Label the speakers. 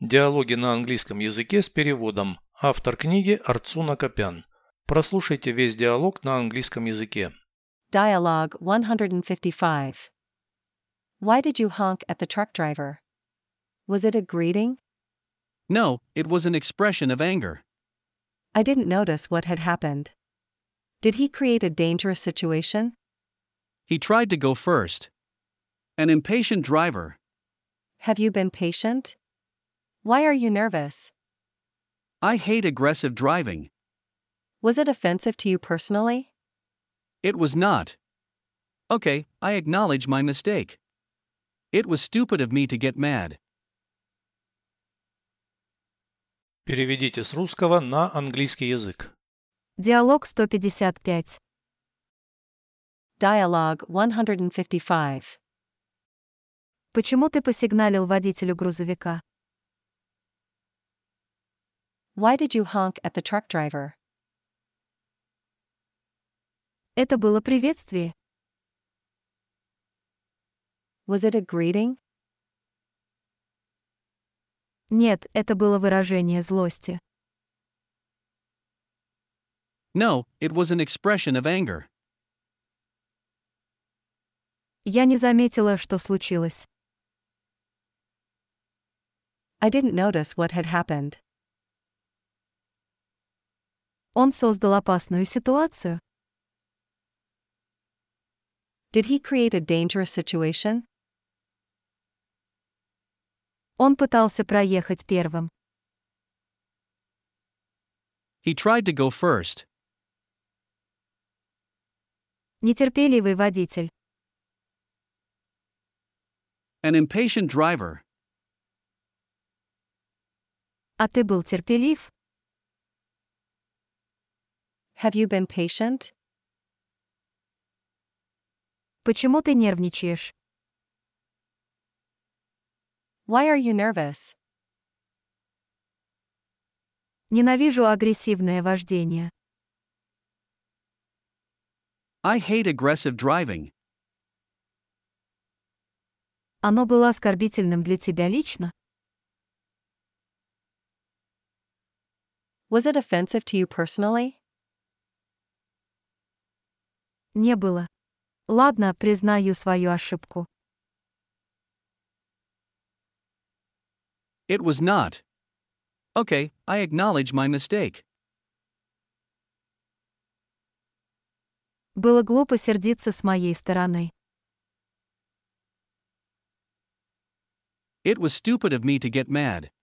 Speaker 1: Диалоги на английском языке с переводом. Автор книги Арцуна Копян. Прослушайте весь диалог на английском языке.
Speaker 2: Dialogue 155. Why did you honk at the truck driver? Was it a greeting?
Speaker 3: No, it was an expression of anger.
Speaker 2: I didn't notice what had happened. Did he create a dangerous situation?
Speaker 3: He tried to go first. An impatient driver.
Speaker 2: Have you been patient? Why are you nervous?
Speaker 3: I hate aggressive driving.
Speaker 2: Was it offensive to you personally?
Speaker 3: It was not. Okay, I acknowledge my mistake. It was stupid of me to get mad.
Speaker 1: Переведите с русского на английский язык.
Speaker 4: Диалог 155.
Speaker 2: Dialogue 155.
Speaker 4: Почему ты посигналил водителю грузовика?
Speaker 2: Why did you honk at the truck driver?
Speaker 4: Это было приветствие.
Speaker 2: Was it a greeting?
Speaker 4: Нет, это было выражение злости.
Speaker 3: No, it was an expression of anger.
Speaker 4: Я не заметила, что случилось.
Speaker 2: I didn't notice what had happened.
Speaker 4: Он создал опасную ситуацию.
Speaker 2: Did he create a dangerous situation?
Speaker 4: Он пытался проехать первым.
Speaker 3: He tried to go first.
Speaker 4: Нетерпеливый водитель.
Speaker 3: An impatient driver.
Speaker 4: А ты был терпелив?
Speaker 2: Have you been patient?
Speaker 4: Почему ты нервничаешь?
Speaker 2: Why are you nervous?
Speaker 4: Ненавижу агрессивное вождение.
Speaker 3: I hate aggressive driving.
Speaker 4: Оно было оскорбительным для тебя лично?
Speaker 2: Was it offensive to you personally?
Speaker 4: Не было. Ладно, признаю свою ошибку.
Speaker 3: It was not. Okay, I acknowledge my mistake.
Speaker 4: Было глупо сердиться с моей стороны.
Speaker 3: It was stupid of me to get mad.